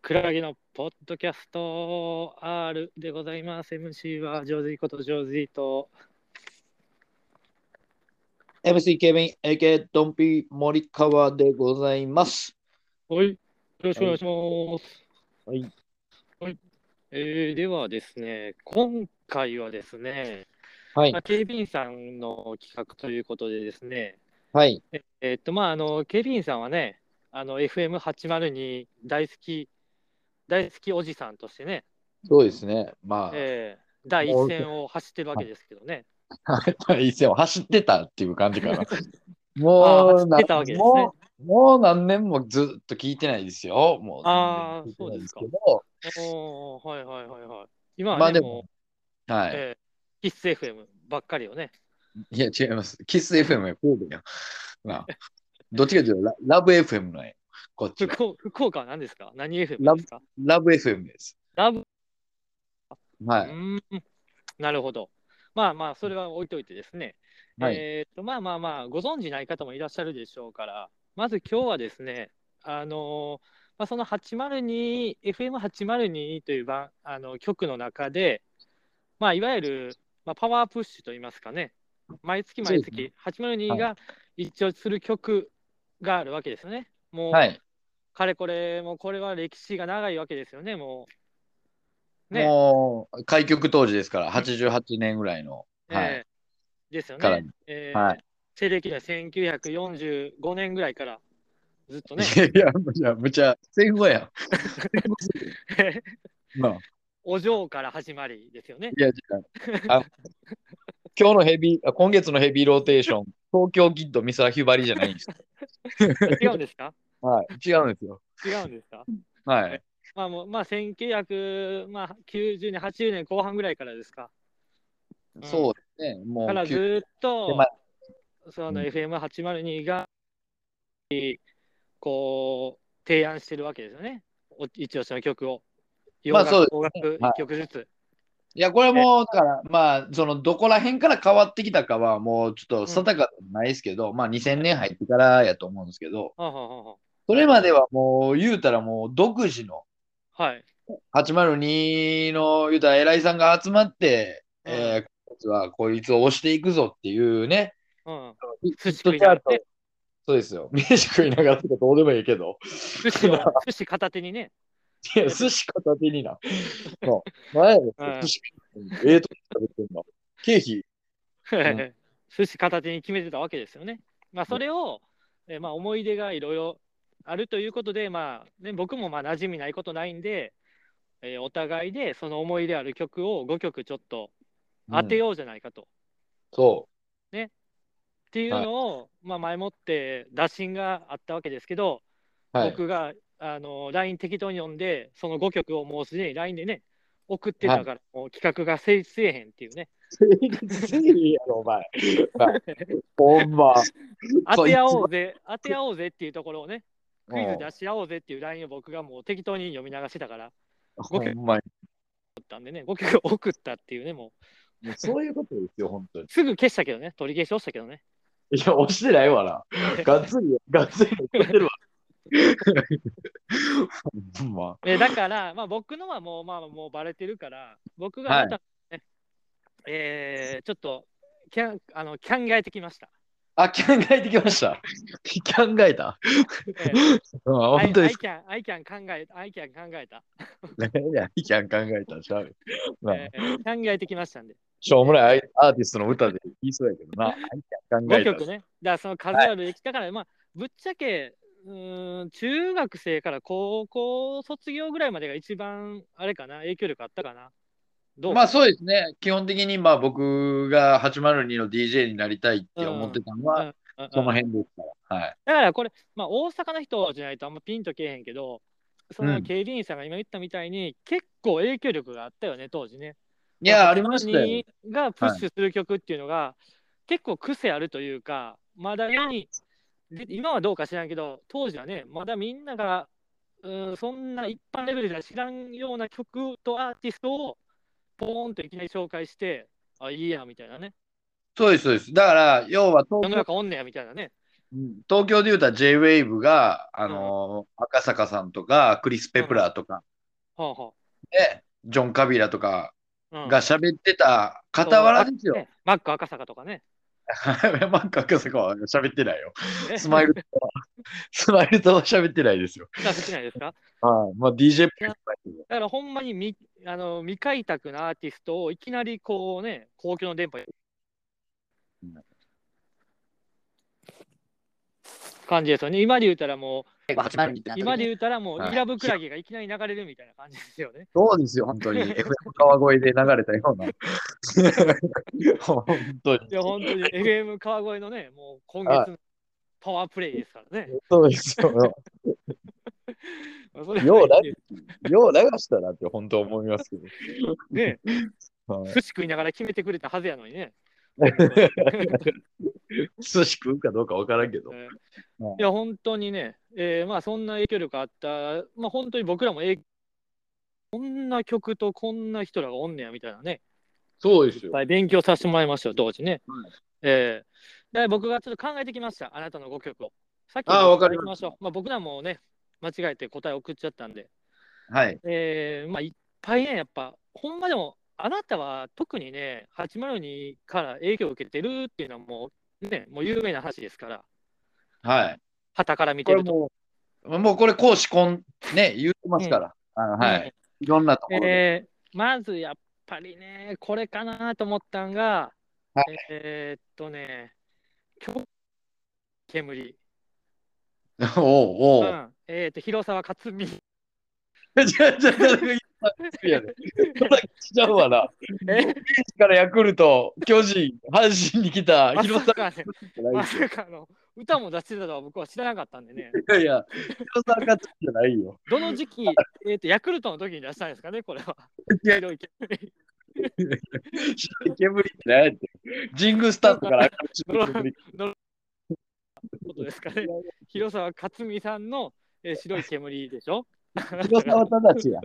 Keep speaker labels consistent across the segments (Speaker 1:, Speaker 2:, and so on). Speaker 1: クラゲのポッドキャスト R でございます。MC はジョージーことジョージーと
Speaker 2: MC ケビン、AK ドンピー森川でございます。
Speaker 1: はい、よろしくお願いします。
Speaker 2: はい。
Speaker 1: はい。えーではですね、今回はですね、
Speaker 2: はい
Speaker 1: まあ、、警備員さんの企画ということでですね、
Speaker 2: はい、
Speaker 1: えーっと、まあ、あの、警備員さんはね、あの、FM802 大好き、大好きおじさんとしてね、
Speaker 2: そうですね。まあ、
Speaker 1: えー第一線を走ってるわけですけどね。
Speaker 2: 第一線を走ってたっていう感じかな。
Speaker 1: あー
Speaker 2: もう
Speaker 1: 走ってたわけですね
Speaker 2: もう、もう何年もずっと聞いてないですよ。もう
Speaker 1: あー
Speaker 2: 全然聞いてないけど
Speaker 1: おーはいはいはいはい。今はね、
Speaker 2: まあで
Speaker 1: もう
Speaker 2: も、はい。
Speaker 1: えー、キッス FM ばっかりをね。
Speaker 2: いや、違います。キス FM や神戸や。なあどっちかというとラ、ラブ FM なんや。こっちは。
Speaker 1: 福岡福岡は何ですか何 FM
Speaker 2: ラ
Speaker 1: で
Speaker 2: ブ
Speaker 1: すか
Speaker 2: ラブ FM です。
Speaker 1: ラブ。
Speaker 2: は
Speaker 1: う
Speaker 2: い。
Speaker 1: ーんなるほど。まあまあ、それは置いといてですね。
Speaker 2: はい。
Speaker 1: えーと、まあまあまあ、ご存じない方もいらっしゃるでしょうから、まず今日はですね、あのーまあ、その802、FM802 という番あの局の中で、まあ、いわゆる、まあ、パワープッシュといいますかね、毎月毎
Speaker 2: そうで
Speaker 1: 月、802が一応する曲があるわけですよね。もう、
Speaker 2: はい。
Speaker 1: かれこれ、もうこれは歴史が長いわけですよね、もう。ね、
Speaker 2: もう、開局当時ですから、88年ぐらいの。はい。
Speaker 1: えーですよ
Speaker 2: から
Speaker 1: ね。えー
Speaker 2: はい
Speaker 1: 西暦では1945年ぐらいからずっとね、
Speaker 2: いやいや、むちゃ、むちゃ、戦後やん。なあ
Speaker 1: お嬢から始まりですよ ね。
Speaker 2: いや、違う。あ今日のヘビーあ、今月のヘビーローテーション、東京キッド、ミサヒュバリじゃないんです。
Speaker 1: 違うんですか
Speaker 2: はい、違うんですよ。
Speaker 1: 違うんですか
Speaker 2: はい。
Speaker 1: まあもう、まあ、1990年、80年後半ぐらいからですか。うん
Speaker 2: そうですね。も
Speaker 1: から
Speaker 2: う、
Speaker 1: ず
Speaker 2: きゅ
Speaker 1: ーっと
Speaker 2: でま、
Speaker 1: その
Speaker 2: うん
Speaker 1: FM802 が、こう、提案してるわけですよね。お一押しの曲を。洋
Speaker 2: まあ
Speaker 1: 楽、
Speaker 2: そうで
Speaker 1: 邦楽
Speaker 2: はい
Speaker 1: 1曲ずつ。
Speaker 2: いや、これも、だから、まあ、その、どこら辺から変わってきたかは、もう、ちょっと定かでもないですけど、まあ、2000年入ってからやと思うんですけど、
Speaker 1: はあはあはあは
Speaker 2: それまではもう、言うたらもう、独自の、
Speaker 1: あはい。
Speaker 2: 802の、言うたら、偉いさんが集まって、
Speaker 1: うん
Speaker 2: えーこいつはこいつを押していくぞっていうね、
Speaker 1: うん。
Speaker 2: ヒ
Speaker 1: 寿司
Speaker 2: ット
Speaker 1: 食い
Speaker 2: チ
Speaker 1: なが
Speaker 2: ャ
Speaker 1: ら
Speaker 2: ー
Speaker 1: ね
Speaker 2: ト。そうですよ。飯食いながらとかどうでもいいけど。
Speaker 1: 寿司を、寿司片手にね。
Speaker 2: いや、寿司片手にな。そう。前で
Speaker 1: うん
Speaker 2: 寿司ええとこ食べてんの。ケーキ。ん
Speaker 1: 寿司片手に決めてたわけですよね。まあ、それを、えーまあ、思い出がいろいろあるということで、まあね、僕もまあ馴染みないことないんで、えーお互いでその思い出ある曲を5曲ちょっと当て
Speaker 2: うん
Speaker 1: ようじゃないかと。っ
Speaker 2: そ
Speaker 1: ていうのを、まあ、前もって打診があったわけですけど、
Speaker 2: う。はい。
Speaker 1: 僕があの LINE 適当に読んで、その5曲をもうすでに LINE でね、送ってたから、もう企画が成立せえへんっていうね。
Speaker 2: 成立せえへんやろ、お前。ほんま。
Speaker 1: 当て合お
Speaker 2: そう
Speaker 1: ぜ、当て合おうぜっていうところをね、クイズ出
Speaker 2: い
Speaker 1: し合おうぜっていうラインを僕がもう適当に読み流してたから、
Speaker 2: つもほんま
Speaker 1: 送ったんでね、5曲送ったっていうね、も
Speaker 2: に。もうそういうことですよ、本当に。
Speaker 1: うすぐ消したけどね、取り消しをしたけどね。
Speaker 2: いや、押してないわ な。がっつり、がっつり押してるわ。ほんま。
Speaker 1: えだ から、まあ、僕のはもう、まあ、もうバレてるから、僕がまた、ねえーちょっとキャンあの考えてきました。
Speaker 2: あ、考えてきました。考えた。
Speaker 1: え
Speaker 2: うん
Speaker 1: ー、
Speaker 2: 本当です
Speaker 1: I, I, can, I can 考えた、I can 考えた、
Speaker 2: ね。いや、いきゃん考えたんちゃう。まあ
Speaker 1: えー考えてきましたんで。
Speaker 2: しょうもないアーティストの歌で言いそうやけどな。いきゃん考
Speaker 1: 5
Speaker 2: えた
Speaker 1: 曲ね。だからその数ある歴史だから、まあ、ぶっちゃけ、うーん、中学生から高校卒業ぐらいまでが一番、あれかな、影響力あったかな。どう、
Speaker 2: まあそうですね。基本的にまあ僕が802の DJ になりたいって思ってたの
Speaker 1: うん
Speaker 2: は、
Speaker 1: うんうん
Speaker 2: その辺ですから。はい。
Speaker 1: だからこれ、まあ、大阪の人じゃないとあんまピンとけえへんけど、そうの
Speaker 2: ん
Speaker 1: 警備員さんが今言ったみたいに、結構影響力があったよね、当時ね。
Speaker 2: いや、ありましたよ。
Speaker 1: にがプッシュする曲っていうのが、結構癖あるというか、まだ世に、で今はどうか知らんけど、当時はね、まだみんなが、うん、そんな一般レベルでは知らんような曲とアーティストを、ポーンといきなり紹介して、あ、いいや、みたいなね。
Speaker 2: そうです、そうです。だから、要は
Speaker 1: 世
Speaker 2: 東
Speaker 1: の
Speaker 2: 京
Speaker 1: 中おんねや、みたいなね。
Speaker 2: 東京で言うたら J-WAVE が、あのー赤坂さんとか、クリス・ペプラーとか、
Speaker 1: はあは
Speaker 2: で、ジョン・カビラとか
Speaker 1: あうん
Speaker 2: が喋ってた傍らですよ。
Speaker 1: ねマック赤坂とかね。
Speaker 2: マック赤坂は喋ってないよ。
Speaker 1: え
Speaker 2: スマイルとは、 スマイルとは喋ってないですよ。
Speaker 1: そんな好きないですか
Speaker 2: はい。まあ DJ っぽい人だけど。
Speaker 1: だからほんまに未あの未開拓なアーティストをいきなりこうね、公共の電波に
Speaker 2: うん
Speaker 1: 感じですよね。今で言うたらもう、今
Speaker 2: 今
Speaker 1: で
Speaker 2: で
Speaker 1: 言うたらも
Speaker 2: は
Speaker 1: う、
Speaker 2: い
Speaker 1: イラブクラゲがいきなり流れるみたいな感じですよね。
Speaker 2: そうですよ、本当に。FM 川越で流れたような。本当に
Speaker 1: い。や、本当に FM 川越のね、もう今月のパワープレイですからね。
Speaker 2: そうですよ。
Speaker 1: まあそれ
Speaker 2: よう
Speaker 1: は
Speaker 2: ラ
Speaker 1: いい
Speaker 2: よう流したなって本当思いますけ
Speaker 1: ね、
Speaker 2: ど。はい
Speaker 1: 寿司食いながら決めてくれたはずやのにね。
Speaker 2: 寿司食うかどうかわからんけど。
Speaker 1: えー
Speaker 2: うん
Speaker 1: いや、本当にね、えーまあ、そんな影響力あった、まあ、本当に僕らも影こんな曲とこんな人らがおんねやみたいなね、
Speaker 2: そうです
Speaker 1: いっ
Speaker 2: よ。
Speaker 1: ぱい勉強させてもらいましたよ、当時ね。
Speaker 2: はい
Speaker 1: えーで僕がちょっと考えてきました、あなたの5曲を。さっき
Speaker 2: あーわかりま
Speaker 1: ま
Speaker 2: し
Speaker 1: しょう。まあ、僕らもね、間違えて答え送っちゃったんで、
Speaker 2: はい。
Speaker 1: えーまあ、いっぱいね、やっぱ、ほんまでも、あなたは特にね、802から影響を受けてるっていうのはもう、ね、もう有名な話ですから、
Speaker 2: はい。
Speaker 1: はたから見て
Speaker 2: これ
Speaker 1: ると。
Speaker 2: もう、もうこれ、講師こん、ね、言ってますから。あのは
Speaker 1: うん
Speaker 2: い。いろんなところで。
Speaker 1: えーまずやっぱりね、これかなと思ったんが、
Speaker 2: は
Speaker 1: えーっとね、曲煙、う
Speaker 2: おうおう。
Speaker 1: んえーっと広沢克 美、
Speaker 2: じゃあじゃあじゃあいやねそんなしちゃうわな。
Speaker 1: え
Speaker 2: からヤクルト、巨人、阪神に来た
Speaker 1: ま
Speaker 2: 広
Speaker 1: さ
Speaker 2: 沢
Speaker 1: かね、まさかの歌も出してたとは僕は知らなかったんでね、
Speaker 2: いやいや、広沢勝つじゃないよ。
Speaker 1: どの時 期、えーっとヤクルトの時に出したんですかね、これは。
Speaker 2: いや
Speaker 1: 広いけ
Speaker 2: 白い煙って何やって。神宮スタッフから白い煙
Speaker 1: ことですかね。広沢克美さんの、えー白い煙でしょ
Speaker 2: 広沢正や。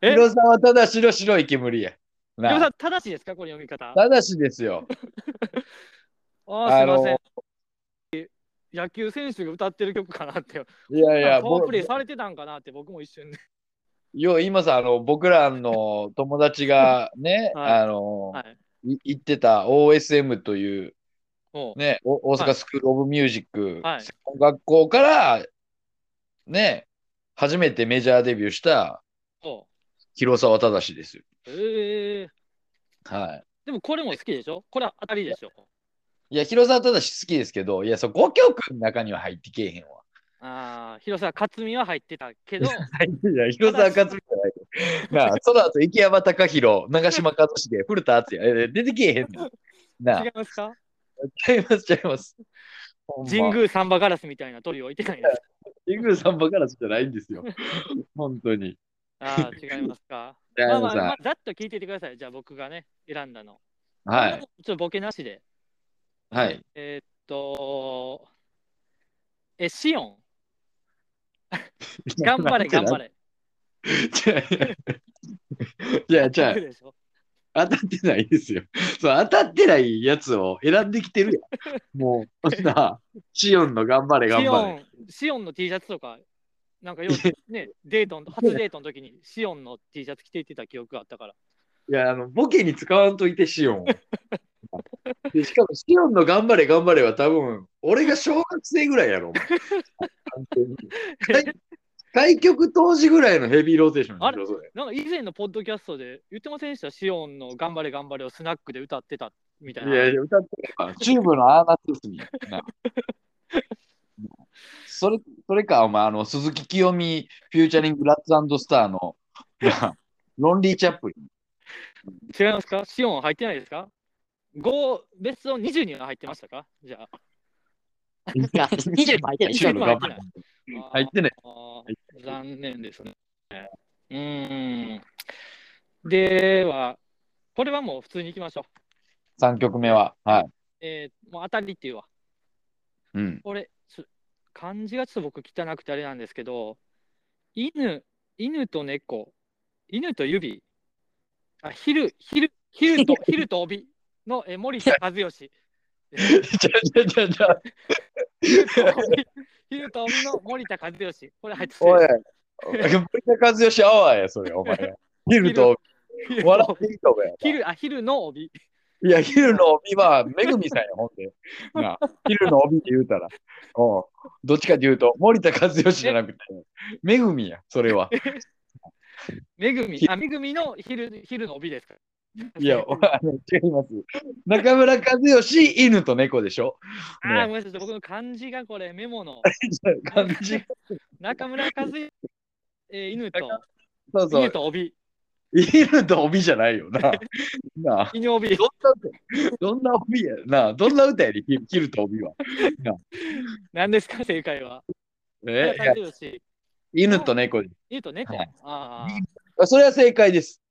Speaker 1: え
Speaker 2: 広沢正の白い煙や。な
Speaker 1: 広沢正しいですか、これ読み方。あ
Speaker 2: 正しですよ。
Speaker 1: ーすいません
Speaker 2: あ。
Speaker 1: 野球選手が歌ってる曲かなって、
Speaker 2: いやいや、
Speaker 1: パワー
Speaker 2: ぼ
Speaker 1: プレイされてたんかなって、僕も一瞬ね。、
Speaker 2: よう今さあの、僕らの友達がね
Speaker 1: はい
Speaker 2: あの、
Speaker 1: はい。
Speaker 2: い行ってた OSM という、
Speaker 1: もう、
Speaker 2: ね、お大
Speaker 1: は
Speaker 2: 阪
Speaker 1: い
Speaker 2: スクール・オブ・ミュージック、
Speaker 1: はい
Speaker 2: 専門学校から、ね、初めてメジャーデビューした
Speaker 1: そ
Speaker 2: 広沢正ですよ。
Speaker 1: う。えー、
Speaker 2: は
Speaker 1: でもこれも好きでしょこれは当たりでしょ
Speaker 2: い。いや、広沢正好きですけど、いや、そう、5曲の中には入ってけえへんわ。
Speaker 1: ああ、広沢克美は入ってたけど、
Speaker 2: 入ってない。広沢 克美じゃない。なあ、その後、池山隆弘、長嶋一茂、古田敦也、え出てけえへんの。なあ、
Speaker 1: 違いますか
Speaker 2: ちゃいます、ちゃいます。ほんま
Speaker 1: 神宮サンバガラスみたいな鳥置いてないですか
Speaker 2: 神宮さんばからじゃないんで すよ。本当に。
Speaker 1: ああ、 違いますか
Speaker 2: ち
Speaker 1: ま
Speaker 2: ゃ
Speaker 1: あま
Speaker 2: いま
Speaker 1: あ、
Speaker 2: す
Speaker 1: まあ、ざっと聞いててください。じゃあ僕がね、選んだの。
Speaker 2: は
Speaker 1: ち
Speaker 2: い。
Speaker 1: ょっとボケなしで。
Speaker 2: はい。
Speaker 1: えーっと、え、シオン、頑張れ、 頑張
Speaker 2: れ。
Speaker 1: れ。
Speaker 2: じゃあ、じゃあ
Speaker 1: 僕、でしょ
Speaker 2: 当たってないですよ。そう、当たってないやつを選んできてるやん。もう、そんな、シオンの頑張れ、頑
Speaker 1: シオ
Speaker 2: 張
Speaker 1: ン、シオンの T シャツとか、なんかよく ね、デートの、初デートの時にシオンの T シャツ着ていってた記憶があったから。
Speaker 2: れ。いや、あの、ボケに使わんといて、シオンを。でしかも、シオンの頑張れ、頑張れは多分、俺が小学生ぐらいや ろ、お前完全に開開局当時ぐらいのヘビーローテーション
Speaker 1: あれ
Speaker 2: しろ、それ。
Speaker 1: なんか以前のポッドキャストで言ってませんでしたシオンの頑張れ頑張れをスナックで歌ってたみたい
Speaker 2: い
Speaker 1: な。
Speaker 2: やいや、歌ってないチューブのアーナトゥースに。なそれ、それか、お前、あの、鈴木清美、フューチャリング、ラッツスターの、なロンリー・チャップリン。
Speaker 1: 違いますかシオン入ってないですか ?5、ベスト20には入ってましたかじゃあ。
Speaker 2: 20入って
Speaker 1: ない
Speaker 2: 入ってない。入ってない。
Speaker 1: あ
Speaker 2: 入
Speaker 1: ー残念ですね。うーん。では、これはもう普通に行きましょう。
Speaker 2: 3曲目は。はい。
Speaker 1: えーもう当たりっていうわ。
Speaker 2: うん。
Speaker 1: これ、ちょ漢字がちょっと僕汚くてあれなんですけど、犬、犬と猫、犬と指、あ、昼、昼、昼 と、昼と帯のえー森田和義。
Speaker 2: じゃじゃじゃじゃ
Speaker 1: ヒュートンヒュートンの森田和義。これ入ってて
Speaker 2: おい、森田和義アワーや、それ、お前が。ヒルと、
Speaker 1: ヒル
Speaker 2: 笑っていいとこや。
Speaker 1: 昼あ昼の帯。
Speaker 2: いや、ヒルの帯は、めぐみさんや、ほん で。なあヒルの帯って言うたら。おうどっちかっていうと、森田和義じゃなくて、めぐみや、それは。
Speaker 1: めぐみ
Speaker 2: ひ。
Speaker 1: あ、めぐみの昼昼の帯ですか。
Speaker 2: い や、おあの違います。中村和義、犬と猫でし ょ。
Speaker 1: あー、ごめんなさい。僕の漢字がこれ、メモの。
Speaker 2: 感じ。
Speaker 1: 中村和義、えー犬と、
Speaker 2: そうそ
Speaker 1: 犬
Speaker 2: う。
Speaker 1: と帯。
Speaker 2: 犬と帯じゃないよな。なあ。
Speaker 1: 犬帯。
Speaker 2: どんな歌どんな帯やなあ。どんな歌やり、ヒヒルと帯は。
Speaker 1: 何ですか、正解は。
Speaker 2: えい
Speaker 1: 中
Speaker 2: や
Speaker 1: 村和義
Speaker 2: 犬と猫です
Speaker 1: 犬と猫。
Speaker 2: はい
Speaker 1: ああ。
Speaker 2: あそれは正解です。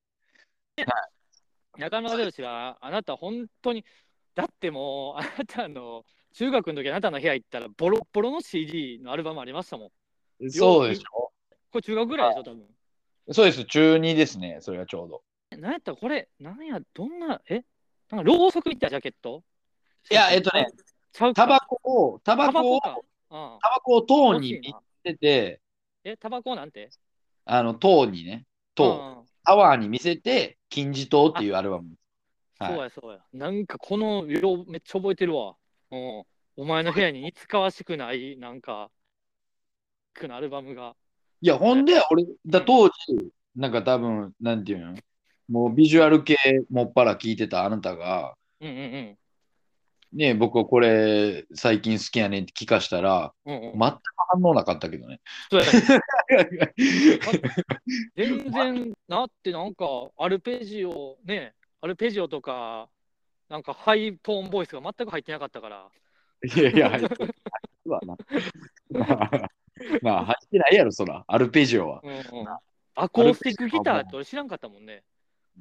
Speaker 1: 中村和義はあなた本当にだってもうあなたの中学の時あなたの部屋行ったらボロッボロの CD のアルバムありましたもん。
Speaker 2: そうでしょ。
Speaker 1: これ中学ぐらいでしょ多分。
Speaker 2: そうです。中二ですね。それはちょうど。
Speaker 1: なんやったらこれなんやどんなえなんかろうそくみたいなジャケット
Speaker 2: いや、えっとね、
Speaker 1: ちゃうか
Speaker 2: タバコを、タバ
Speaker 1: タバ
Speaker 2: コ
Speaker 1: コ
Speaker 2: を、タ
Speaker 1: か。うん
Speaker 2: バコを糖
Speaker 1: 欲
Speaker 2: に
Speaker 1: し
Speaker 2: 見
Speaker 1: いな
Speaker 2: せて、
Speaker 1: えタバコなんて
Speaker 2: あの、糖にね、糖、
Speaker 1: うん
Speaker 2: タワーに見せて、金字塔っていうアルバム。はい
Speaker 1: そうやそうや。なんかこの色めっちゃ覚えてるわ。うん。お前の部屋に似つかわしくないなんかくなアルバムが。
Speaker 2: いや、ほんで、俺、だ当時、なんか多分、なんていうのもうビジュアル系もっぱら聞いてたあなたが、
Speaker 1: うんうんうん。
Speaker 2: ね、僕はこれ最近好きやねんって聞かしたら、
Speaker 1: うんうん
Speaker 2: 全く反応なかったけど ね。
Speaker 1: そうや ね全然なってなんかアルペジオねアルペジオとかなんかハイトーンボイスが全く入ってなかったから
Speaker 2: いやいや、入ってるわ な。まあ、入ってないやろ、そら、アルペジオは。
Speaker 1: うんうんアコースティックギターって俺知らんかったもんね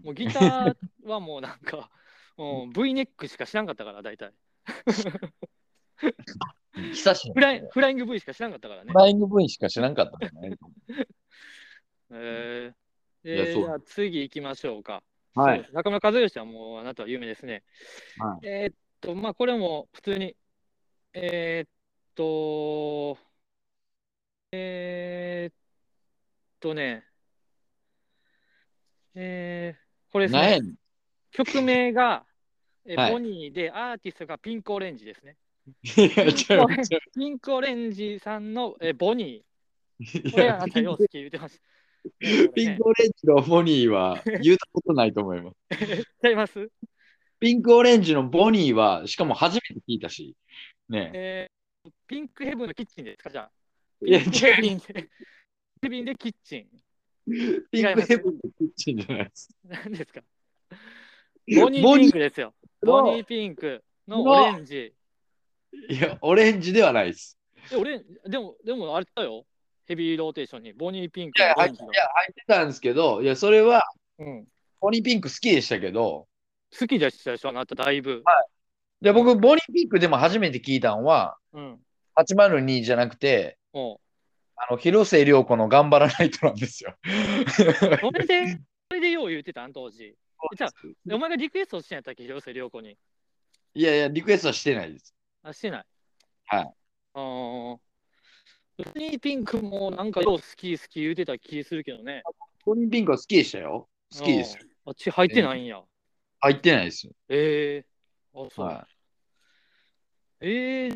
Speaker 1: もうギターはもうなんか、うん、V ネックしか知らんかったから大体
Speaker 2: 久しぶ
Speaker 1: フ
Speaker 2: り。
Speaker 1: ライフライング V しか知らんかったからね
Speaker 2: フライング部員しか知らんかったもんね。
Speaker 1: えー
Speaker 2: いや
Speaker 1: えー
Speaker 2: そう
Speaker 1: じゃあ次行きましょうか
Speaker 2: は
Speaker 1: そう
Speaker 2: い
Speaker 1: で。す中村和義はもうあなたは有名ですね。
Speaker 2: は
Speaker 1: えーっと、まあ、これも普通に、えーっと、えーっとね、えーこれです
Speaker 2: 何や
Speaker 1: ね、
Speaker 2: ねん。
Speaker 1: 曲名が、え
Speaker 2: はい
Speaker 1: ボニーで、アーティストがピンクオレンジですね。
Speaker 2: いや、 ちょちょ
Speaker 1: ピンクオレンジさんの、えボニー、
Speaker 2: い
Speaker 1: これあ
Speaker 2: や
Speaker 1: なたよう好き言ってました。
Speaker 2: ピン
Speaker 1: ね
Speaker 2: クオレンジのボニーは言うたことないと思います。
Speaker 1: ちゃいます
Speaker 2: ピンクオレンジのボニーは、しかも初めて聞いたし、ね。
Speaker 1: えーピンクヘブンのキッチンですか、じゃあ。
Speaker 2: いや、違う、
Speaker 1: ヘビンで、ヘビンでキッチン。
Speaker 2: ピンクヘブンのキッチンじゃないです。
Speaker 1: 何ですかボニーピンクですよ。
Speaker 2: ボニー
Speaker 1: ボニーピンクの
Speaker 2: の
Speaker 1: オレンジ。
Speaker 2: いや、オレンジではないです。
Speaker 1: え、オレンでも、でもあれだよ。ヘビーローテーションにボニーピンク
Speaker 2: いや、
Speaker 1: のオ
Speaker 2: 入
Speaker 1: レ
Speaker 2: っ
Speaker 1: ン
Speaker 2: て
Speaker 1: ジの。
Speaker 2: たんですけど、いや、それは、
Speaker 1: うん、
Speaker 2: ボニーピンク好きでしたけど、
Speaker 1: 好きでしたでしょ、あなた、だいぶ。
Speaker 2: で僕、ボニーピンクでも初めて聞いたのは、
Speaker 1: うん。
Speaker 2: 802じゃなくて、
Speaker 1: も
Speaker 2: あの広末涼子の頑張らないとなんですよ。
Speaker 1: う、それで、それでよう言ってたん、当時。じゃあお前がリクエストしてんやったっけ、広瀬涼子に。
Speaker 2: いやいや、リクエストはしてないです。
Speaker 1: あ、してない。
Speaker 2: はい。
Speaker 1: あーボニーピンクもなんかよう好き好き言うてた気するけどね。
Speaker 2: ボニーピンクは好きでしたよ。好きですよ。
Speaker 1: うん。あっち入ってないんや。
Speaker 2: 入ってないですよ。
Speaker 1: ええあ、そう。
Speaker 2: は
Speaker 1: ええ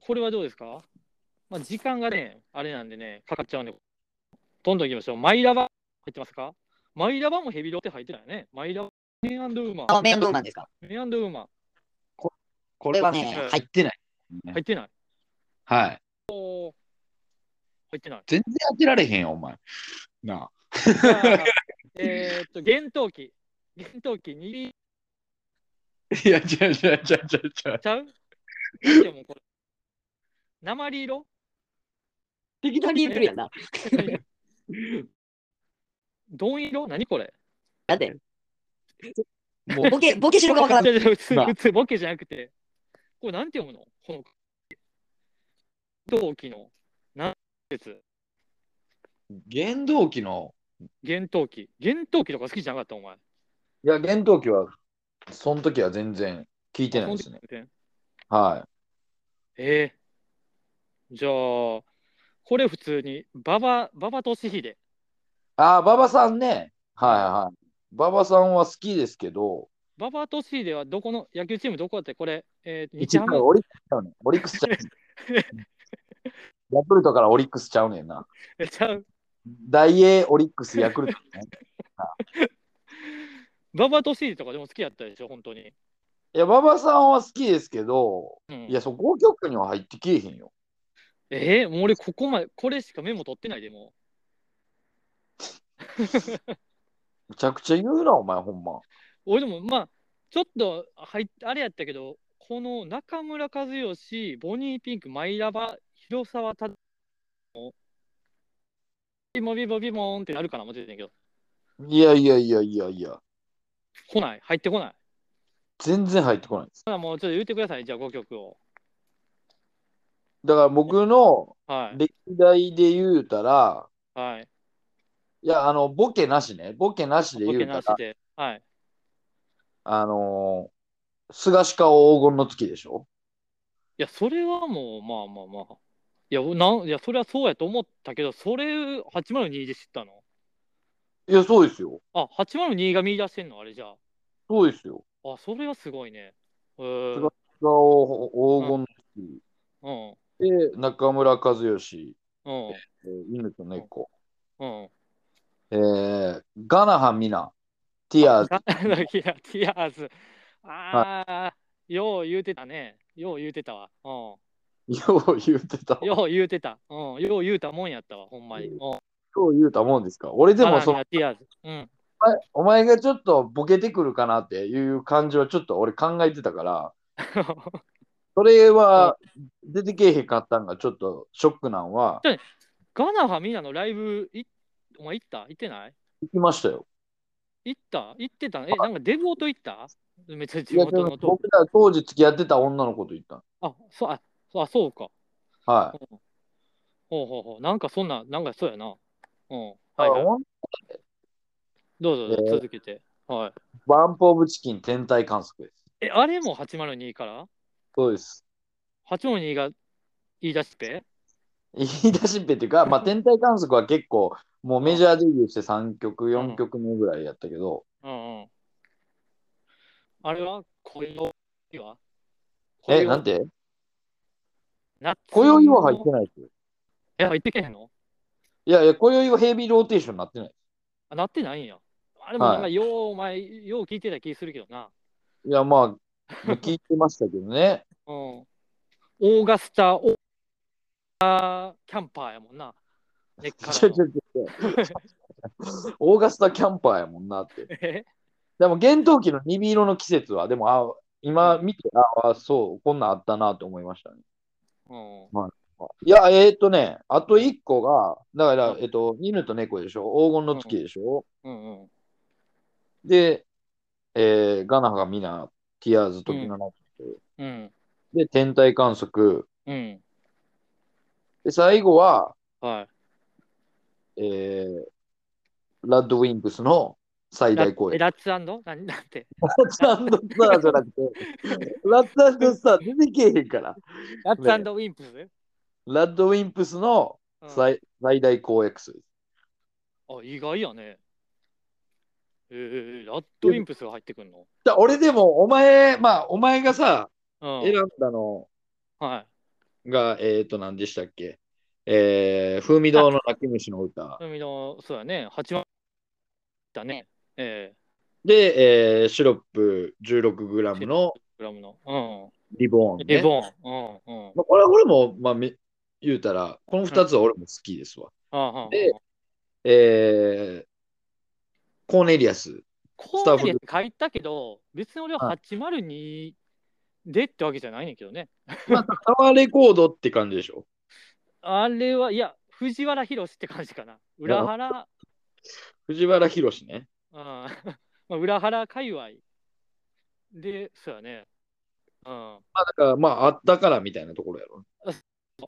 Speaker 1: これはどうですかまあ、時間がね、あれなんでね、かかっちゃうんで、どんどんいきましょう。マイラバ入ってますかマイラバもヘビロテ入ってないよね。マイラバ、メンアンドウーマ
Speaker 3: あ、
Speaker 1: ン。
Speaker 3: メンドーマンですか
Speaker 1: メンアンドウーマン
Speaker 2: こ
Speaker 3: こ
Speaker 2: れ
Speaker 3: れ
Speaker 2: は
Speaker 3: は
Speaker 2: ね、
Speaker 3: ね、
Speaker 2: 入ってない。
Speaker 1: 入ってない。
Speaker 2: はい。。
Speaker 1: 入ってない
Speaker 2: 全然当てられへんよ、お前。な
Speaker 1: じゃあえーっと、幻冬期。幻冬期に
Speaker 2: あ。いや、違う違う違う違う違う。
Speaker 1: ちゃうなんてもうこれ。鉛色
Speaker 3: 適当に言って るやんな。
Speaker 1: 鈍色何これ
Speaker 3: なんで
Speaker 2: もう
Speaker 3: ボ ケ、ボケしろがわからん。
Speaker 1: いやいや普通
Speaker 2: まあ
Speaker 1: 普通ボケじゃなくて、これなんて読むのこの同期の何節
Speaker 2: 原動機の。
Speaker 1: 厳冬期。厳冬期とか好きじゃなかったお前。
Speaker 2: いや、原動機は、その時は全然聞いてないですね。
Speaker 1: ね。
Speaker 2: は
Speaker 1: えーじゃあ、これ普通に、馬場、馬場俊秀。
Speaker 2: ああ、馬場さんね。はいはい。馬場さんは好きですけど、
Speaker 1: 馬場俊秀はどこの、野球チームどこだって、これ、えー、日
Speaker 2: 一
Speaker 1: ハ
Speaker 2: 番
Speaker 1: ム、
Speaker 2: オリックスちゃうねん。オリックスちゃうね ん。ヤクルトからオリックスちゃうねんな。
Speaker 1: ちゃう
Speaker 2: 大英、オリックス、ヤクルトね。
Speaker 1: 馬場俊秀とかでも好きやったでしょ、本当に。
Speaker 2: いや、馬場さんは好きですけど、
Speaker 1: うん
Speaker 2: いや、そこ局には入ってきえへんよ。
Speaker 1: えーもう俺、ここまで、これしかメモ取ってないでも
Speaker 2: むちゃくちゃ言うな、お前、ほんま。
Speaker 1: う、俺でも、まあ、ちょっと入っ、あれやったけど、この中村和義、ボニーピンク、マイラバ、広沢忠ビモビボビモーンってなるかな、思ってたんやけど、
Speaker 2: いやいやいやいやいや、
Speaker 1: 来ない、入ってこない。
Speaker 2: 全然入ってこないです。
Speaker 1: ほなもうちょっと言ってください、じゃあ5曲を。
Speaker 2: だから僕の
Speaker 1: はい。
Speaker 2: 歴代で言うたら、
Speaker 1: はい。
Speaker 2: いや、あの、ボケなしね、ボケなしで
Speaker 1: ボ
Speaker 2: 言
Speaker 1: ケ
Speaker 2: うた
Speaker 1: なし
Speaker 2: ら、
Speaker 1: で。はい。
Speaker 2: あのー、菅氏顔黄金の月でしょ
Speaker 1: いや、それはもう、まあまあまあ。いや、なんいやそれはそうやと思ったけど、それ802で知ったの
Speaker 2: いや、そうですよ。
Speaker 1: あ、802が見出してんのあれじゃ
Speaker 2: そうですよ。
Speaker 1: あ。あ、それはすごいね。え
Speaker 2: す
Speaker 1: ー
Speaker 2: ごい、顔黄金の
Speaker 1: うん、
Speaker 2: 月、で中村和義、
Speaker 1: うん、
Speaker 2: えー犬と猫、
Speaker 1: うん。
Speaker 2: えー、ガナハミナ、ティアーズ、
Speaker 1: ガ いや、ティアーズ。ああ、よう言うてたね。よう言うてたわ。う
Speaker 2: よう言うてたわ
Speaker 1: ん。。よう言うてた。うん。よう言うたもんやったわ、ほんまに。うん。
Speaker 2: よう言うたもんですか。俺でも
Speaker 1: ガ
Speaker 2: そ
Speaker 1: ラ
Speaker 2: の
Speaker 1: ナ、ティアーズ。うん。
Speaker 2: お前お前がちょっとボケてくるかなっていう感じはちょっと俺考えてた から、それは出てけえへんかったんがちょっとショックなんは、
Speaker 1: ガナハミナのライブ、いお前行った行ってない
Speaker 2: 行きましたよ。
Speaker 1: 行った行ってたえ、なんかデブオと行っためっちゃ地
Speaker 2: いや
Speaker 1: 元
Speaker 2: でも
Speaker 1: のと。
Speaker 2: 僕ら当時付き合ってた女の子と行った
Speaker 1: あ、そう、あ、そうあそうか。
Speaker 2: の。はい。
Speaker 1: ほうほうほう。なんかそんな、なんかそうやな。うん。
Speaker 2: は
Speaker 1: はい
Speaker 2: い
Speaker 1: はい。
Speaker 2: はい、
Speaker 1: どうぞ
Speaker 2: えー
Speaker 1: 続けて。はい。
Speaker 2: バンプオブチキン天体観測です。
Speaker 1: え、あれも802から
Speaker 2: そうです。
Speaker 1: ?802 が言い出しっぺ
Speaker 2: 言い出しっぺっていうか、まあ、天体観測は結構もうメジャーデビューして3曲、4曲目ぐらいやったけど、
Speaker 1: うんうん。あれは恋の日は
Speaker 2: え、なんて
Speaker 1: 夏の
Speaker 2: 今宵は入ってないですよ。
Speaker 1: え、入ってけへんの
Speaker 2: いやいや、今宵はヘビーローテーションになってない。
Speaker 1: あ、なってないんや。あれもなんか、
Speaker 2: は
Speaker 1: よう、お前、よう聞いてた気するけどな。
Speaker 2: いや、まあ、聞いてましたけど ね。
Speaker 1: うん。オーガスタ、オーガスタキャンパーやもんな。根っから
Speaker 2: ちょ
Speaker 1: の
Speaker 2: ちょちょちょ。オーガスタキャンパーやもんなって。
Speaker 1: え
Speaker 2: でも、厳冬期の鈍色の季節は、でも、あ今見て、ああ、そう、こんなんあったなと思いましたね。
Speaker 1: うん。
Speaker 2: いや、えーっとね、あと1個が、だから
Speaker 1: う、ん
Speaker 2: えっと、犬と猫でしょ、黄金の月でしょ、
Speaker 1: うんうん。
Speaker 2: で、えー、ガナハがミナ、ティアーズ、時の中、
Speaker 1: うん。
Speaker 2: で、天体観測、
Speaker 1: うん。
Speaker 2: で、最後は、
Speaker 1: は
Speaker 2: えー、ラッドウィンプスの最
Speaker 1: い。
Speaker 2: 大公演
Speaker 1: え、。ラッツなんなんて。
Speaker 2: ラッツスターじゃなくて、ラッツスター出てけえへんから。
Speaker 1: ラッツウィンプス、
Speaker 2: ラッドウィンプスの
Speaker 1: うん
Speaker 2: 最,、最大公約数。
Speaker 1: あ、意外やね。えー、ラッドウィンプスが入ってくんの
Speaker 2: だ俺でも、お前、まあ、お前がさ、
Speaker 1: うん。
Speaker 2: 選んだの
Speaker 1: はい。
Speaker 2: が、えっ、ー、と、何でしたっけえー、風味堂の泣き虫の歌。
Speaker 1: 海の、そうやね。8番だね。え
Speaker 2: で、えー、シロップ 16g の
Speaker 1: ー、グラムの。
Speaker 2: リボーン、
Speaker 1: う
Speaker 2: ね
Speaker 1: ん。。リボン。うんうん。
Speaker 2: まあ、これは俺も、まあ、め言うたら、この2つは俺も好きですわ。
Speaker 1: あはん
Speaker 2: でえー、コーネリアス。
Speaker 1: コーネで書いたけど、別に俺は802でってわけじゃないねんけどね。
Speaker 2: まあ、タワーレコードって感じでしょ。
Speaker 1: あれは、いや、藤原宏って感じかな。裏原、
Speaker 2: 藤原宏ね。
Speaker 1: うん まあ、裏原界隈で、そうやね。うん。
Speaker 2: まあ、だから、まあ、あったからみたいなところやろ。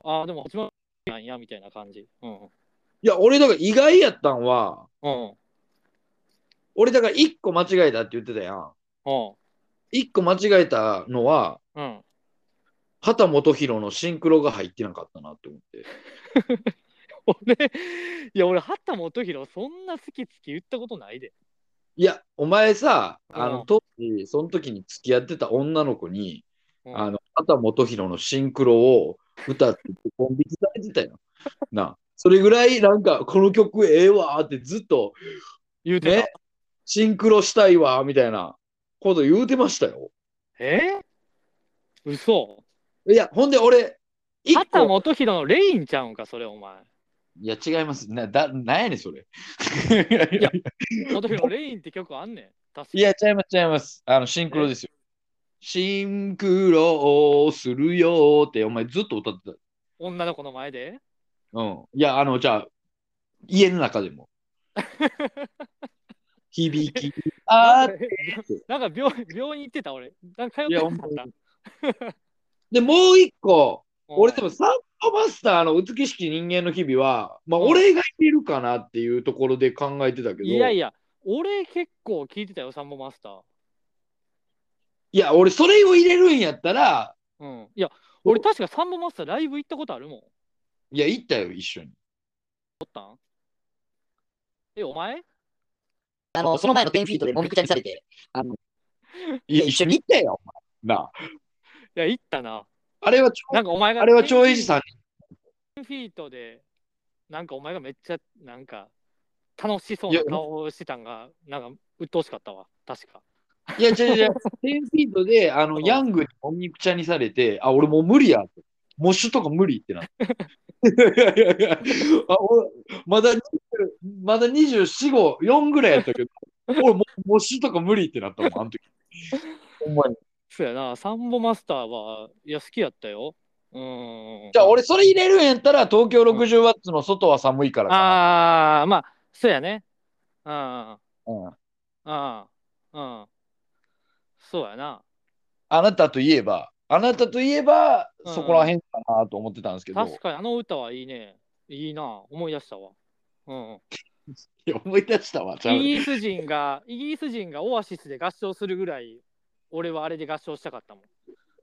Speaker 1: ああ、でも802なんや、みたいな感じ。うん。
Speaker 2: いや、俺、だから意外やったんは、
Speaker 1: うん。
Speaker 2: 俺、だから1個間違えたって言ってたやん。
Speaker 1: うん。
Speaker 2: 1個間違えたのは、
Speaker 1: うん。
Speaker 2: 畑基博のシンクロが入ってなかったなって思って。
Speaker 1: 俺、いや、俺、畑基博、そんな好き好き言ったことないで。
Speaker 2: いや、お前さ、あ
Speaker 1: う
Speaker 2: の
Speaker 1: ん
Speaker 2: 当時、その時に付き合ってた女の子に、
Speaker 1: うん
Speaker 2: あの、畑基博のシンクロを歌ってコンビニされてたよ。なあ、それぐらいなんか、この曲ええわーってずっと、
Speaker 1: 言うてた。
Speaker 2: ね、シンクロしたいわーみたいなこと言うてましたよ。
Speaker 1: えー、嘘
Speaker 2: いや、ほんで俺、一
Speaker 1: 畑
Speaker 2: 個、
Speaker 1: 基博のレインちゃうんか、それ、お前。
Speaker 2: いや、違います。な、だ、なんやねん、それ。
Speaker 1: 元弘のレインって曲あんねん。確か
Speaker 2: いや、ちゃいます、ちゃいます。あの、シンクロですよ。シンクロをするよーって、お前ずっと歌って
Speaker 1: 女の子の前で。
Speaker 2: た。うん。いや、あの、じゃあ、家の中 でも。響き。あー
Speaker 1: なんか 病病院行ってた俺。なんか通ってなか
Speaker 2: い
Speaker 1: った
Speaker 2: や。で、もう一個、俺で
Speaker 1: も。
Speaker 2: もサンボマスターの美しき人間の日々は、まあ、
Speaker 1: うん
Speaker 2: 俺がいけるかなっていうところで考えてたけど、
Speaker 1: いやいや、俺結構聞いてたよ、サンボマスター。
Speaker 2: いや俺、それを入れるんやったら、
Speaker 1: うん。いや、俺確かサンボマスターライブ行ったことあるもん。
Speaker 2: いや、行ったよ、一緒に。
Speaker 1: え、お前
Speaker 3: あの、その前の10フィートでもみくちゃにされて、あの、
Speaker 2: いや、
Speaker 3: 一
Speaker 2: 一緒
Speaker 3: 緒
Speaker 2: に
Speaker 3: に
Speaker 2: 行ったよ、お前なあ。
Speaker 1: いや、行ったな。
Speaker 2: あれはちょ、
Speaker 1: なんかお前が。
Speaker 2: あれは長英二さん
Speaker 1: 10フィートで、なんかお前がめっちゃ、なんか、楽しそうな顔をしてたんが、なんか、鬱陶しかったわ、確か。
Speaker 2: いや、違う違 う、10フィートで、あの、
Speaker 1: うん
Speaker 2: ヤングにおみくちゃにされて、あ、俺もう無理やって。モッシュとか無理ってな って。あ俺まだ20、まだ24、5、4ぐらいやった けど、俺もうモッシュとか無理ってなったもん、あの時。ほんまに
Speaker 1: そうやな、サンボマスターは、いや、好きやったよ。うん。
Speaker 2: じゃあ、俺それ入れるんやったら、東京60ワッツの外は寒いからか
Speaker 1: ああ、まあ、そうやね。うん、うん、
Speaker 2: な。うん
Speaker 1: うん。そうやな。
Speaker 2: あなたといえば、あなたといえば、
Speaker 1: うん
Speaker 2: そこら辺かなと思ってたんですけど、
Speaker 1: 確かにあの歌はいいね。いいな、思い出したわ。うん。
Speaker 2: いや思い出したわ、ちゃう
Speaker 1: イギリス人が、イギリス人がオアシスで合唱するぐらい、俺はあれで合唱したかったもん。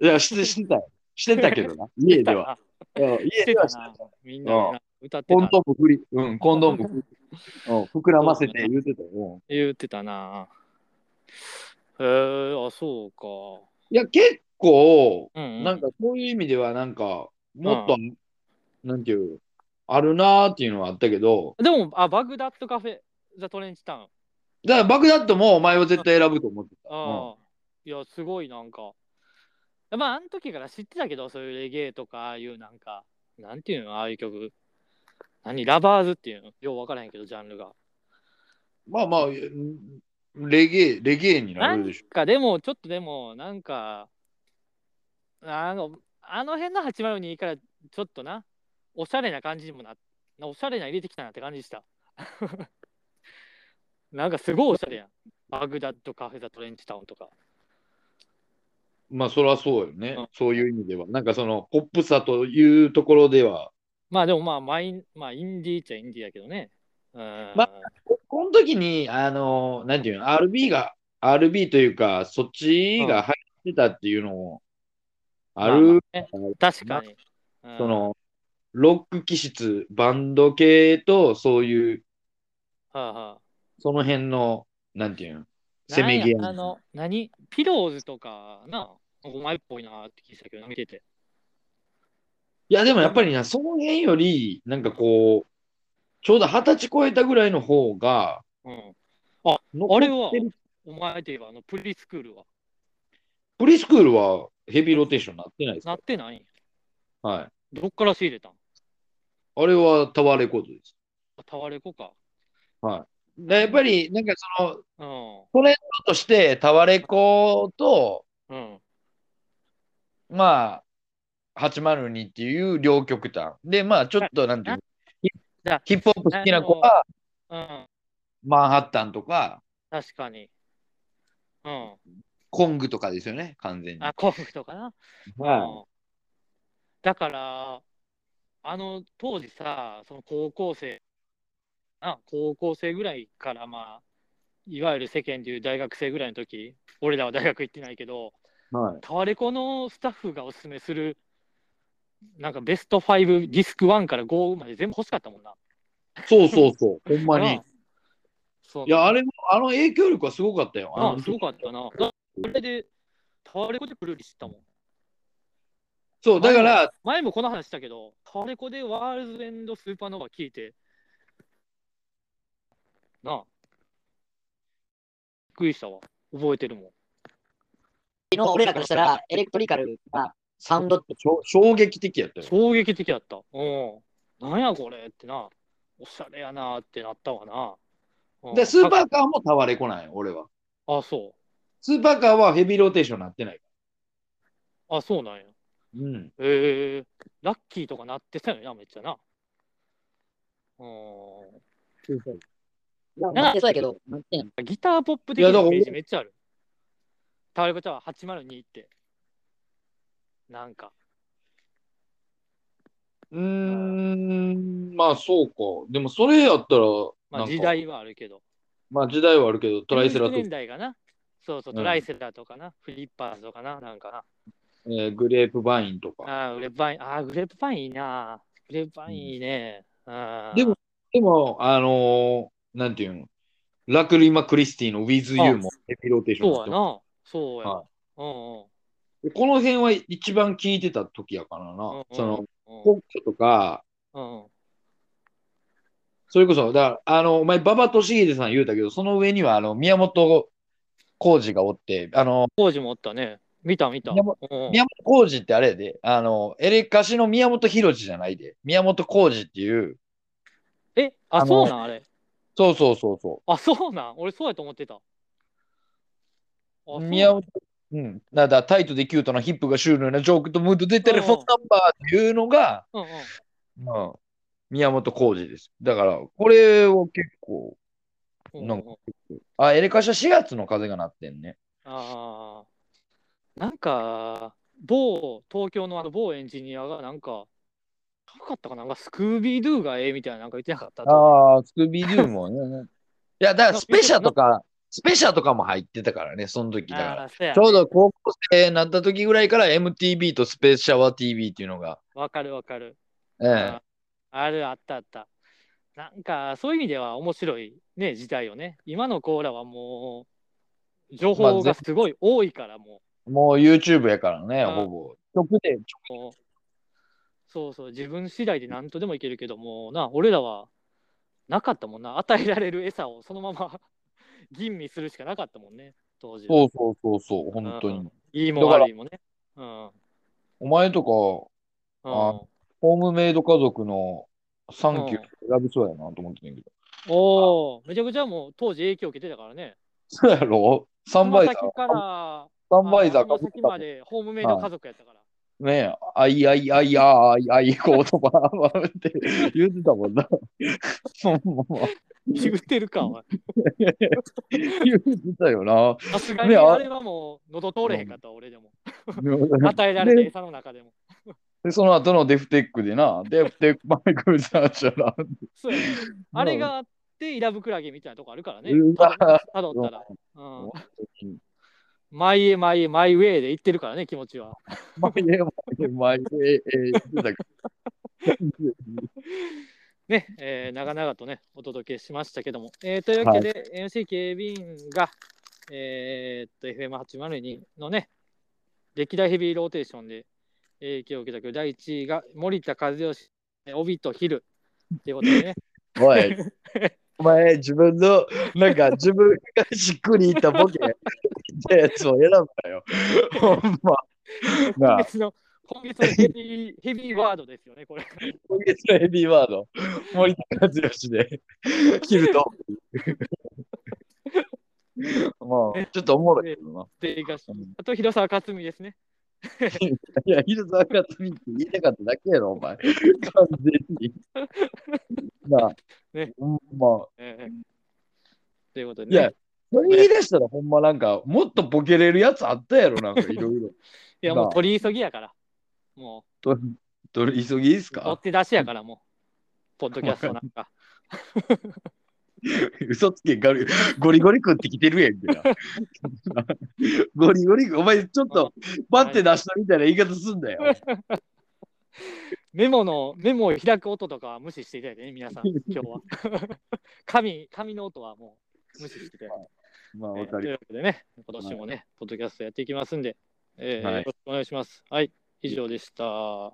Speaker 2: いや、してしてたよ。してたけど な、家では。うん
Speaker 1: し
Speaker 2: 家
Speaker 1: て
Speaker 2: で
Speaker 1: た
Speaker 2: はしてた
Speaker 1: な。みんなでな歌って
Speaker 2: コン
Speaker 1: た。
Speaker 2: ドーム振り、うん、コンドーム振り、うん、膨らませて言うてたよ。うん
Speaker 1: 言ってたな。へえ、あ、そうか。
Speaker 2: いや、結構、
Speaker 1: うん、うん。
Speaker 2: なんかそういう意味では、なんか、もっと、なんていう、あるなーっていうのはあったけど、
Speaker 1: でも、あ、バグダッドカフェ、ザ・トレンチタウン。
Speaker 2: だからバグダッドもお前は絶対選ぶと思ってた。
Speaker 1: ああ、いや、すごいなんか。まあ、あの時から知ってたけど、そういうレゲエとか、ああいうなんか、なんていうの、ああいう曲。何、ラバーズっていうのよう分からへんけど、ジャンルが。
Speaker 2: まあまあ、うんレゲエ、レゲエにな
Speaker 1: なん
Speaker 2: るでしょ。
Speaker 1: か、でも、ちょっとでも、なんか、あの、あの辺の802から、ちょっとな、おしゃれな感じにもな、おしゃれな入れてきたなって感じした。 なんか、すごいおしゃれやん。バグダッドカフェ・ザ・トレンチタウンとか。
Speaker 2: まあ、そりゃそうよね、
Speaker 1: うん
Speaker 2: そういう意味では。なんかその、ポップさというところでは、
Speaker 1: まあでもまあマイン、まあ、インディーっちゃインディーやけどね。うん。
Speaker 2: まここの時に、あの、なんていうの、RB が、RB というか、そっちが入ってたっていうのも、あ
Speaker 1: ま
Speaker 2: る、
Speaker 1: あね確かに。うん
Speaker 2: そ、の、ロック気質、バンド系と、そういう、
Speaker 1: はあはあ、
Speaker 2: その辺の、なんていうの、せ
Speaker 1: なん
Speaker 2: め
Speaker 1: や
Speaker 2: ぎ合い。
Speaker 1: あの、何ピローズとかな、お前っぽいなって聞いてたけど、見てて。
Speaker 2: いや、でもやっぱりな、その辺より、なんかこう、ちょうど二十歳超えたぐらいの方が、
Speaker 1: うん。
Speaker 2: 残ってる
Speaker 1: あれはお前といえば、あの、プリスクールは。
Speaker 2: プリスクールはヘビーローテーションなってないです
Speaker 1: な
Speaker 2: か
Speaker 1: ってない
Speaker 2: はい。
Speaker 1: どっから仕入れたん
Speaker 2: あれはタワーレコードです。
Speaker 1: タワレコか。
Speaker 2: でやっぱり、なんかそ
Speaker 1: う
Speaker 2: の、
Speaker 1: ん。
Speaker 2: としてタワレコと、
Speaker 1: うん。
Speaker 2: まあ、802っていう両極端。で、まあ、ちょっとなんていうの
Speaker 1: じゃあ
Speaker 2: ヒップホップ好きな子は
Speaker 1: うん。
Speaker 2: マンハッタンとか、
Speaker 1: 確かに。うん。
Speaker 2: コングとかですよね、完全に。
Speaker 1: あ、コンフとかな。
Speaker 2: は
Speaker 1: うんだから、あの当時さ、その高校生あ、高校生ぐらいから、まあ、いわゆる世間でいう大学生ぐらいの時俺らは大学行ってないけど、
Speaker 2: い。はい、
Speaker 1: タワレコのスタッフがおすすめするなんかベスト5ディスク1から5まで全部欲しかったもんな。
Speaker 2: そうそうそ う、ほんま
Speaker 1: な
Speaker 2: に
Speaker 1: あ。そう
Speaker 2: いや、あ
Speaker 1: れ
Speaker 2: れも、あの影響力はすごかったよ。
Speaker 1: あ
Speaker 2: の
Speaker 1: すごかったな。だそれでタワレコでプルーリしたもん。
Speaker 2: そう、だから、
Speaker 1: 前もこの話したけど、タワレコでワールズエンドスーパーノヴァ聞いて、なあ、びっくりしたわ。覚えてるもん。
Speaker 3: の俺らからしたら、エレクトリカルがサウンドって
Speaker 2: しょ衝撃的やったよ。
Speaker 1: 衝撃的だった。うん。なんやこれってな。おしゃれやなってなったわな。うん
Speaker 2: で、スーパーカーもタワレコなんよ、俺は。
Speaker 1: あ、そ
Speaker 2: スーパーカーはヘビーローテーションになってない。
Speaker 1: う。あ、そうなんや。
Speaker 2: うん。
Speaker 1: ええラッキーとかなってたよな、めっちゃな。うん。
Speaker 3: ななってそうやけど、なってんの
Speaker 1: ギターポップ的ない
Speaker 2: やだから
Speaker 1: ページめっちゃある。タワレコタワー802って。なんか。
Speaker 2: うーん、まあそうか。でもそれやったら、
Speaker 1: まあ
Speaker 2: なんか
Speaker 1: 時。代はあるけど。
Speaker 2: まあ時代はあるけど、トライセラ
Speaker 1: 90
Speaker 2: ト
Speaker 1: 年代がな。そうそう、
Speaker 2: うん
Speaker 1: トライセラとかな、フリッパーズとかな、なんかな。
Speaker 2: えーグレープバインとか。
Speaker 1: ああ、グレープパイン、ああ、グレープパインいいな。グレープパインいいね。あー
Speaker 2: でも、でも、あのーなんていうの、ラクリマ・クリスティの With You もヘビーローテーション
Speaker 1: そうや
Speaker 2: やっ
Speaker 1: な。そうや。
Speaker 2: は
Speaker 1: うんうん
Speaker 2: てこの辺は一番聞いてた時やからな。
Speaker 1: うんうん
Speaker 2: その、
Speaker 1: う
Speaker 2: ポップとか、
Speaker 1: ん。うん。
Speaker 2: それこそ、だからあの、お前、馬場俊秀さん言うたけど、その上には、あの、宮本浩二がおって、あの、
Speaker 1: 工事もおったね。見た見た。
Speaker 2: 宮本
Speaker 1: うん
Speaker 2: 宮本浩二ってあれやで、あの、エレカシの宮本浩二じゃないで、宮本浩二っていう、
Speaker 1: え、
Speaker 2: あ
Speaker 1: あ、
Speaker 2: の
Speaker 1: そうなんあれ。
Speaker 2: そうそうそうそ
Speaker 1: あ、そうなん俺そうやと思ってた。あそう
Speaker 2: う、
Speaker 1: なん
Speaker 2: 宮本、うん、なんだ、タイトでキュートなヒップがシュールなジョークとムードでテレフォンナンバーっていうのが、
Speaker 1: うんうん。
Speaker 2: うん、宮本浩二です。だから、これを結構、
Speaker 1: うんうん
Speaker 2: なんかあ、エレカシは4月の風がなってんね。
Speaker 1: ああ。なんか、某、東京のあの某エンジニアがなんか、高かったかななんかスクービードゥがええみたいななんか言ってなかったと
Speaker 2: ああ、スクービードゥーもね。 いや、だからスペシャとか、スペシャとかも入ってたからね、その時だから。
Speaker 1: あーそうや
Speaker 2: ちょうど高校生になった時ぐらいから MTV とスペシャワ TV っていうのが。
Speaker 1: わかるわかる。
Speaker 2: ええ
Speaker 1: ああるあったあった。なんかそういう意味では面白いね時代よね。今のコーラはもう情報がすごい多いからも
Speaker 2: もう YouTube やからね、
Speaker 1: うん
Speaker 2: ほぼ。曲で、
Speaker 1: う,もう、そうそう自分次第で何とでもいけるけどもうな俺らはなかったもんな与えられる餌をそのまま 吟味するしかなかったもんね当時は
Speaker 2: そうそうそうそう、本当
Speaker 1: う
Speaker 2: に。
Speaker 1: いいも悪いもね。うんうん
Speaker 2: お前とか、ホあームメイド家族のサンキュー選びそうやなと思ってたけど。
Speaker 1: おおめちゃくちゃもう当時影響を受けてたからね。
Speaker 2: そうやろサンバイザー
Speaker 1: その先、から
Speaker 2: サンバイザー
Speaker 1: あの
Speaker 2: かぶっ
Speaker 1: 先
Speaker 2: たも
Speaker 1: ま
Speaker 2: ん
Speaker 1: でホームメイド家族やったから。
Speaker 2: ねえ、あいあいあいあーいあいこうとかって言ってたもんな。そう
Speaker 1: 言ってるか、お前
Speaker 2: 言ってたよな。
Speaker 1: さすがに
Speaker 2: ねあ
Speaker 1: あれはもう喉通れへんかった、俺でも。
Speaker 2: で
Speaker 1: 与えられた餌の中でも。
Speaker 2: その後のデフテックでな、デフテックマイクルサーチャーな。
Speaker 1: そうやねあれがあって、イラブクラゲみたいなとこあるからね。
Speaker 2: う
Speaker 1: た
Speaker 2: わ
Speaker 1: どったら。うんマイエマイエマイウェイで言ってるからね、気持ちは。
Speaker 2: マイエマイエマイエえ言ってたけど
Speaker 1: ね、えー長々とね、お届けしましたけども。えーというわけで、MC 警備員が、えーっと、FM802 のね、歴代ヘビーローテーションで影響を受けたけど、第1位が森田和義、えー帯と昼っていうことでね。
Speaker 2: おい、お前自分の、なんか自分がしっくりいったボケ、やつを選ぶなよ。ほんま。な
Speaker 1: 今
Speaker 2: あ
Speaker 1: 月の今月のヘビーヘビーワードですよね、これ。
Speaker 2: 今月のヘビーワード、森田和義で、切ると。まあ、ちょっとおもろいけどな。
Speaker 1: でが
Speaker 2: うん
Speaker 1: あと、広沢克美ですね。
Speaker 2: いや、昼沢克己って言いたかっただけやろ、お前。完全に。なあ、
Speaker 1: ね
Speaker 2: うんまあ、
Speaker 1: ええということで、
Speaker 2: いや
Speaker 1: ね、、
Speaker 2: それ言い出したらほんまなんか、もっとボケれるやつあったやろ、なんかいろいろ。
Speaker 1: いやもう取り急ぎやから、も
Speaker 2: と、と急ぎいいっす
Speaker 1: う、取っ
Speaker 2: か
Speaker 1: て出しやから、もう、ポッドキャストなん か。
Speaker 2: 嘘つけガリ、ゴリゴリ食ってきてるやんけな。 ゴリゴリ、お前ちょっと、バッて出したみたいな言い方すんだよ。
Speaker 1: メモの、メモを開く音とかは無視していただいてね、皆さん、 今日は。 紙、紙の音はもう無視していただいて。
Speaker 2: まあ、
Speaker 1: え
Speaker 2: わ
Speaker 1: ー
Speaker 2: か
Speaker 1: という
Speaker 2: り
Speaker 1: わけでね、今年もね、ポッドキャストやっていきますんで、えー
Speaker 2: は
Speaker 1: よ
Speaker 2: い
Speaker 1: ろしくお願いします。はい、以上でした。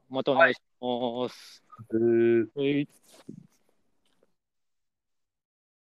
Speaker 1: またお願いします。
Speaker 2: ます。
Speaker 1: はい